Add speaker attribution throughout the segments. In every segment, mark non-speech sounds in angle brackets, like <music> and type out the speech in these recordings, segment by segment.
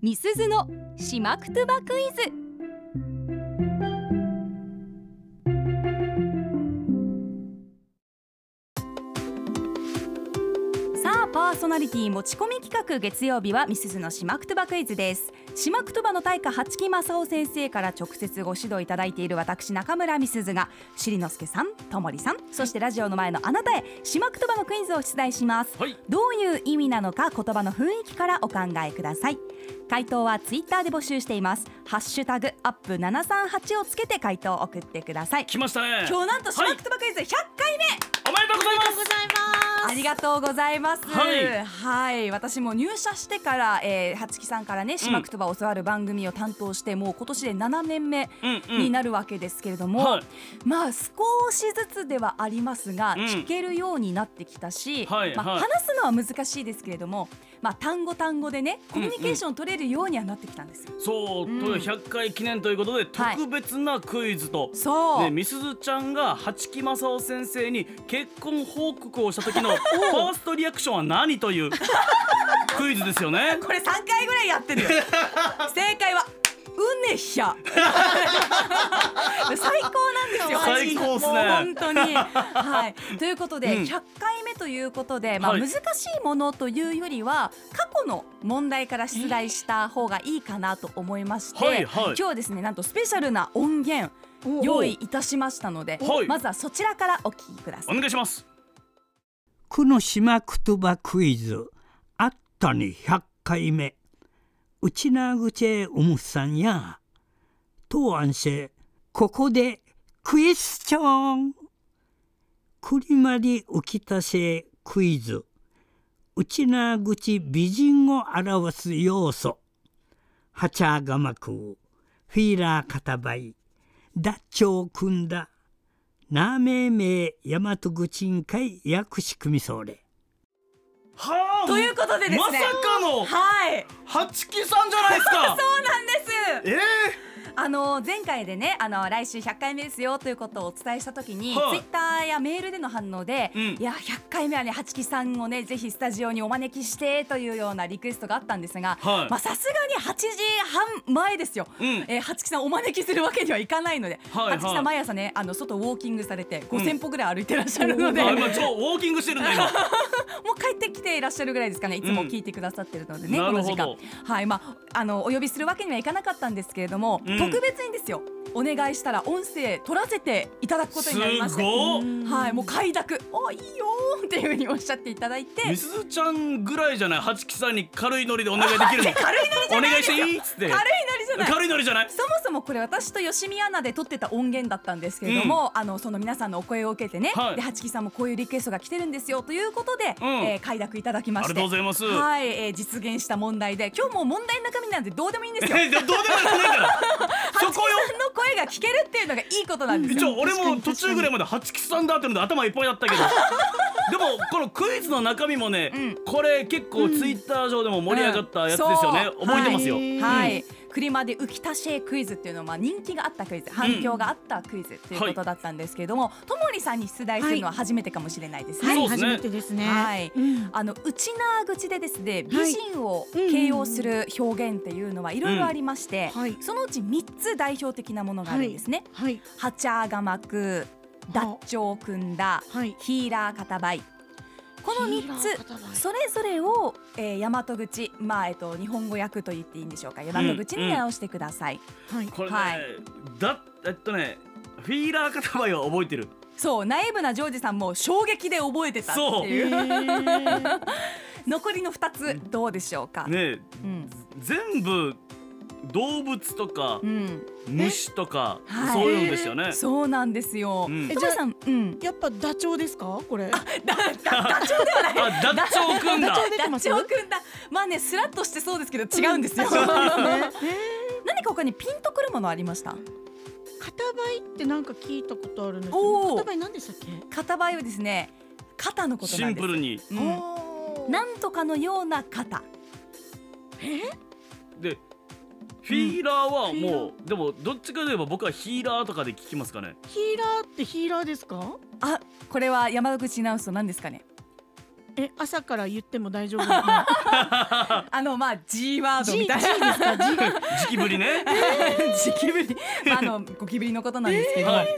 Speaker 1: みすずのしまくとばクイズさあパーソナリティ持ち込み企画月曜日はみすずのしまくとばクイズですしまくとばの大家八木正夫先生から直接ご指導いただいている私中村みすずがしりのすけさんともりさんそしてラジオの前のあなたへしまくとばのクイズを出題します
Speaker 2: はい
Speaker 1: どういう意味なのか言葉の雰囲気からお考えください回答はツイッターで募集していますハッシュタグアップ738をつけて回答を送ってください
Speaker 2: 来ましたね
Speaker 1: 今日なんとシ
Speaker 2: は
Speaker 1: マ
Speaker 2: い
Speaker 1: クトバクイズ100回目、
Speaker 2: おめでとうございます
Speaker 1: ありがとうございます。
Speaker 2: はい
Speaker 1: はい私も入社してから、えー、はつきさんからね、しまくとばを教わる番組を担当して、もう今年で7年目
Speaker 2: うんうん
Speaker 1: になるわけですけれども、
Speaker 2: はい
Speaker 1: まあ少しずつではありますが、
Speaker 2: うん
Speaker 1: 聞けるようになってきたし、
Speaker 2: はい
Speaker 1: まあ
Speaker 2: はい
Speaker 1: 話すのは難しいですけれども、まあ単語単語でね、コミュニケーション取れるようにはなってきたんですよ。
Speaker 2: そう、
Speaker 1: うん
Speaker 2: という100回記念ということで
Speaker 1: はい
Speaker 2: 特別なクイズと、
Speaker 1: そう、
Speaker 2: ね、みすずちゃんが八木正夫先生に結婚報告をし
Speaker 1: <laughs>
Speaker 2: た時のファーストリアクションは何というクイズですよね
Speaker 1: これ三回ぐらいや
Speaker 2: <laughs>
Speaker 1: ってるよ。正解はうねひゃ。最高なんですよ。
Speaker 2: 最高っすね
Speaker 1: もう本当に。はい。ということで、
Speaker 2: うん
Speaker 1: 100回目ということで、まあ
Speaker 2: はい
Speaker 1: 難しいものというよりは過去の問題から出題した方がいいかなと思いまして、
Speaker 2: はいはい
Speaker 1: 今日はですねなんとスペシャルな音源用意いたしましたので、
Speaker 2: はい
Speaker 1: まずはそちらからお聞きくださ
Speaker 2: お
Speaker 1: い。
Speaker 2: 願いします
Speaker 3: この島言葉クイズあったに100回目うちなぐちおむさんや当案せここでクエスチョンくりまり浮きたせクイズうちなぐち美人を表す要素はちゃがまくフィーラーかたばいダッチョウくんだなめめ大和口んかい役し組みそうれ
Speaker 2: はあ
Speaker 1: ということでですね
Speaker 2: まさかの
Speaker 1: はい、
Speaker 2: 八木さんじゃないですか
Speaker 1: <laughs> そうなんです。
Speaker 2: ええ
Speaker 1: あの前回でねあの来週100回目ですよということをお伝えしたときに、
Speaker 2: はい
Speaker 1: ツイッターやメールでの反応で、
Speaker 2: うん
Speaker 1: いや100回目はね八木さんをねぜひスタジオにお招きしてというようなリクエストがあったんですが、
Speaker 2: はい
Speaker 1: まあさすがに8時半前ですよ、
Speaker 2: うん
Speaker 1: えー八木さんお招きするわけにはいかないので、
Speaker 2: はいはい
Speaker 1: 八木さん毎朝ねあの外ウォーキングされて5000歩ぐらい歩いてらっしゃるので、
Speaker 2: あ
Speaker 1: もう
Speaker 2: 今超ウォーキングしてるんだ今
Speaker 1: 帰ってきていらっしゃるぐらいですかねいつも聞いてくださってるのでね、
Speaker 2: うん
Speaker 1: この時
Speaker 2: なる
Speaker 1: 間
Speaker 2: ほ
Speaker 1: はいまああのお呼びするわけにはいかなかったんですけれども、
Speaker 2: うん
Speaker 1: 特別にですよお願いしたら音声取らせていただくことになりまし
Speaker 2: す
Speaker 1: て
Speaker 2: ごっ
Speaker 1: はいもう快諾おいいよーっていうふうにおっしゃっていただいて
Speaker 2: みすずちゃんぐらいじゃない八木さんに軽いノリでお願いできるの
Speaker 1: <laughs> 軽いノリじゃ
Speaker 2: お
Speaker 1: ない
Speaker 2: 願
Speaker 1: で
Speaker 2: いし
Speaker 1: す
Speaker 2: て
Speaker 1: よ
Speaker 2: いいっつって
Speaker 1: 軽いノリじゃない
Speaker 2: 軽いノリじゃない
Speaker 1: そもそもこれ私と吉見アナで撮ってた音源だったんですけれども、あのその皆さんのお声を受けてね、
Speaker 2: はい
Speaker 1: で八木さんもこういうリクエストが来てるんですよということで、
Speaker 2: うん
Speaker 1: えー快諾いただきまして
Speaker 2: ありがとうございます
Speaker 1: はい、えー実現した問題で今日もう問題の中身なんてどうでもいいんですよ
Speaker 2: <laughs> えどうでもない
Speaker 1: <laughs>
Speaker 2: から
Speaker 1: 八木
Speaker 2: そ
Speaker 1: さ
Speaker 2: こよ
Speaker 1: んの声が聞けるっていうのがいいことなんです
Speaker 2: 一
Speaker 1: よ
Speaker 2: 応俺も途中ぐらいまで八木さんだってので頭いっぱいだっ
Speaker 1: <laughs>
Speaker 2: たけどでもこのクイズの中身もね、
Speaker 1: うん
Speaker 2: これ結構ツイッター上でも盛り上がったやつですよね、
Speaker 1: うんそう
Speaker 2: 覚えてますよ、
Speaker 1: はい、はいクリマで浮き足しクイズっていうのはまあ人気があったクイズ反響があったクイズということだったんですけれども、ともりさんに出題するのは初めてかもしれないですね、
Speaker 4: はい、
Speaker 2: そうです
Speaker 4: 初
Speaker 2: ね
Speaker 4: めてですね。
Speaker 1: はい
Speaker 4: うん
Speaker 1: あの内縄口でですね美
Speaker 4: はい
Speaker 1: 人を形容する表現っていうのはいろいろありまして、
Speaker 4: うんはい
Speaker 1: そのうち三つ代表的なものがあるんですね。
Speaker 4: はい、
Speaker 1: はちゃがまく、ダッチョウくんだ、
Speaker 4: はい。
Speaker 1: ヒーラーかたばい。この三
Speaker 4: ヒー
Speaker 1: つ
Speaker 4: ラー塊
Speaker 1: それぞれを、えー、大和口、まあえっと日本語訳と言っていいんでしょうか。大和口に直してください。
Speaker 4: はい。
Speaker 2: これね、
Speaker 1: はい
Speaker 2: だえっとねフィーラー片ばいは覚えてる
Speaker 1: そうナイブなジョージさんも衝撃で覚えてたって
Speaker 2: そう
Speaker 1: いう
Speaker 4: へー
Speaker 1: 残りの二つどうでしょうか。
Speaker 2: ね
Speaker 1: うん
Speaker 2: 全部動物とか
Speaker 1: う、ん、
Speaker 2: 虫とか、
Speaker 1: はい
Speaker 2: そういうのですよね、
Speaker 1: そうなんですよ。
Speaker 2: うん
Speaker 1: え、ジョージさん、
Speaker 4: <laughs>
Speaker 1: うん。
Speaker 4: <laughs> やっぱダチョウですか？これ。
Speaker 1: だ <laughs> だダチョウではない。
Speaker 2: あダッチョウくんだ
Speaker 4: ダチョウ出て
Speaker 1: ダ
Speaker 4: ま
Speaker 1: チ
Speaker 4: す
Speaker 1: ョウくんだ。まあね、スラッとしてそうですけど、違うんですよ。。
Speaker 4: <laughs> そうですね
Speaker 1: <laughs> 何か他にピンとくるものありました。
Speaker 4: 片倍ってなんか聞いたことあるんですけ
Speaker 1: おー
Speaker 4: ど、片倍なんでしたっけ？
Speaker 1: 肩バイはですね、肩のこと
Speaker 2: シ
Speaker 1: なん
Speaker 2: ン
Speaker 1: で
Speaker 2: プルに
Speaker 1: す。うん
Speaker 4: おー
Speaker 1: なんとかのような肩。
Speaker 2: でフィーラーは
Speaker 4: うんフィーラ
Speaker 2: もう、でもどっちかといえば僕はヒーラーとかで聞きますかね
Speaker 4: ヒーラーってヒーラーですか？
Speaker 1: あ、これは山口直すと何ですかね。
Speaker 4: え朝から言っても
Speaker 1: <laughs>
Speaker 4: 大丈夫ですか
Speaker 1: あのまあ G ワード
Speaker 4: G, G
Speaker 1: み
Speaker 4: で
Speaker 1: たい
Speaker 4: す
Speaker 1: な
Speaker 4: か G
Speaker 2: 時期ぶりね
Speaker 1: <laughs> 時期ぶり、まあ、あのゴキブリのことなんですけど、
Speaker 2: はい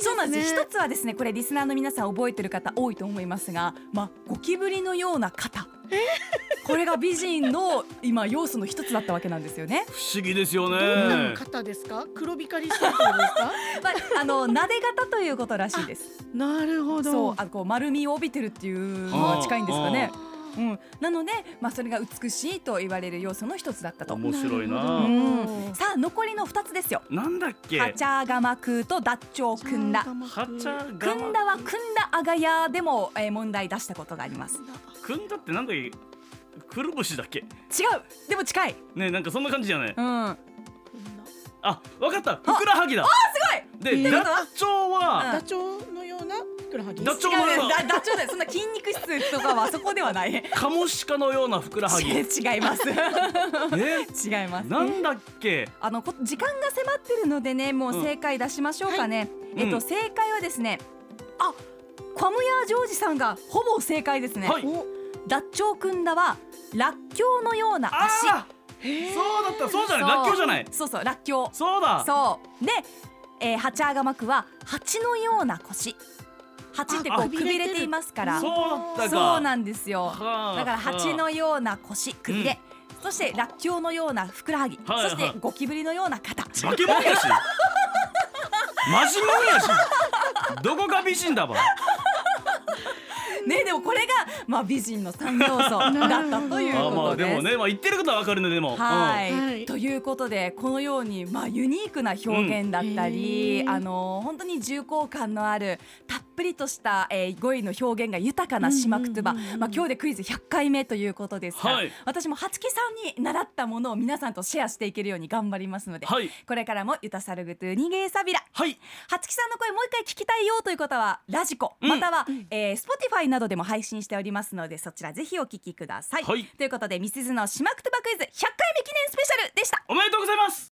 Speaker 1: そうなんです、
Speaker 4: ね
Speaker 1: 一つはですねこれリスナーの皆さん覚えてる方多いと思いますが、まあ、ゴキブリのような方これが美人の今要素の一つだったわけなんですよね。
Speaker 2: 不思議ですよ
Speaker 4: どんな
Speaker 2: ね
Speaker 4: の方ですか黒光りしてる方で
Speaker 1: <laughs>
Speaker 4: すか
Speaker 1: まあ、あの
Speaker 4: <laughs>
Speaker 1: 撫で方ということらしいです。
Speaker 4: なるほど
Speaker 1: そうあこう丸みを帯びてるっていうのは近いんですかね。
Speaker 4: あ
Speaker 1: うん、なので、まあ、それが美しいと言われる要素の一つだったと。
Speaker 2: 面白いな
Speaker 4: なる
Speaker 1: う
Speaker 4: ほど
Speaker 1: ん、さあ残りの2つですよ。
Speaker 2: なんだっけ
Speaker 1: ハチャガマクーとダッチョウクンダ。
Speaker 2: ハチ
Speaker 1: ク
Speaker 2: ャガ
Speaker 1: ンダはクンダアガヤでも、えー問題出したことがあります。
Speaker 2: くんだってなんだっけくるぶしだっけ
Speaker 1: 違うでも近い。
Speaker 2: ねなんかそんな感じじゃない
Speaker 1: うん。
Speaker 2: あわかったふくらはぎだ
Speaker 1: すごい。
Speaker 2: で
Speaker 1: ダ
Speaker 2: ダッチョウは
Speaker 4: ダチョウのようなふくらはぎ
Speaker 2: ダチョウ
Speaker 1: 違う
Speaker 2: のよう
Speaker 1: だダチョウだよそんな筋肉質とかはそこではない。違
Speaker 2: カモシカのようなふくらはぎえ
Speaker 1: います。 <laughs> 違います。
Speaker 2: なんだっけ
Speaker 1: あのこ時間が迫ってるのでねもう正解出しましょうかね。
Speaker 2: はい
Speaker 1: えっ
Speaker 2: う
Speaker 1: と
Speaker 2: ん
Speaker 1: 正解はですね。あカムヤージョージさんがほぼ正解ですね。
Speaker 2: はい
Speaker 4: お
Speaker 1: ダッチョウクンダはラッキョウのような
Speaker 2: あ
Speaker 1: 足。
Speaker 2: あーそうだったそうじゃないラッキョウじゃない
Speaker 1: そうそうラッキョウ。
Speaker 2: そうだ
Speaker 1: そうで、えー、ハチアガマクは蜂のような腰蜂ってこ
Speaker 2: あ
Speaker 1: うくびれていますから
Speaker 2: そうだったか
Speaker 1: そうなんですよ
Speaker 2: はあ
Speaker 1: だから蜂のような腰くびれ、そしてラッキョウのようなふくらはぎ、
Speaker 2: はいはい
Speaker 1: そしてゴキブリのような肩
Speaker 2: 化け物やし真面目やしどこが美人だば
Speaker 1: ねでもこれが、まあ、美人の三要素だったという
Speaker 2: あま
Speaker 1: こ
Speaker 2: あ
Speaker 1: と
Speaker 2: で
Speaker 1: です
Speaker 2: も。ねまあ言ってることはわかるのでも
Speaker 1: はい、
Speaker 4: うんはい
Speaker 1: ということでこのように、まあ、ユニークな表現だったり、
Speaker 4: うんへー
Speaker 1: あの本当に重厚感のあるたっぷりとした、えー、語彙の表現が豊かなシマクトゥバ、
Speaker 4: うんうんうんうん
Speaker 1: まあ、今日でクイズ100回目ということですが、
Speaker 2: はい
Speaker 1: 私も八木さんに習ったものを皆さんとシェアしていけるように頑張りますので、
Speaker 2: はい
Speaker 1: これからも「ユタサルグトゥニゲーサビラ」
Speaker 2: はい
Speaker 1: 八木さんの声もう一回聞きたいよという方はラジコ、
Speaker 2: うん
Speaker 1: または、えー、Spotify などでも配信しておりますのでそちらぜひお聞きください、
Speaker 2: はい
Speaker 1: ということでミスズのしまくとばクイズ100回目記念スペシャルでした
Speaker 2: おめでとうございます